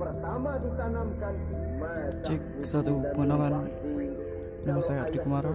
pertama ditanamkan Cek satu pengenalan. Nama saya Abdi Kumara.